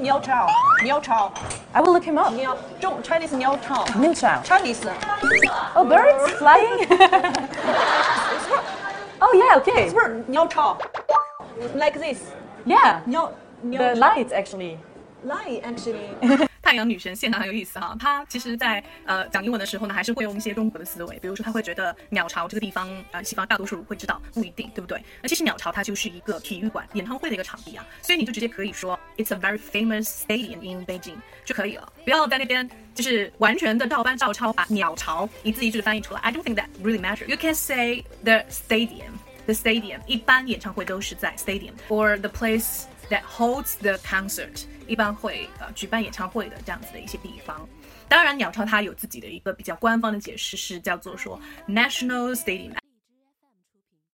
鸟巢，鸟巢， I will look him up. 鸟中 Chinese 鸟巢 Min Chao. Chinese Oh, birds flying. oh yeah, okay. 不是鸟巢，like this Yeah, 鸟 the 鸟 lights actually. lie actually。太阳女神现象很有意思哈、她其实在呃讲英文的时候呢，还是会用一些中国的思维，比如说她会觉得鸟巢这个地方，呃，西方大多数人会知道，不一定，对不对？那其实鸟巢它就是一个体育馆、演唱会的一个场地啊，所以你就直接可以说 It's a very famous stadium in Beijing 就可以了，不要在那边就是完全的照搬照抄，把鸟巢一字一句翻译出来。I don't think that really matter. You can say the stadium. The stadium 一般演唱会都是在 stadium or the place that holds the concert，一般会呃举办演唱会的这样子的一些地方。当然，鸟巢它有自己的一个比较官方的解释，是叫做说 National Stadium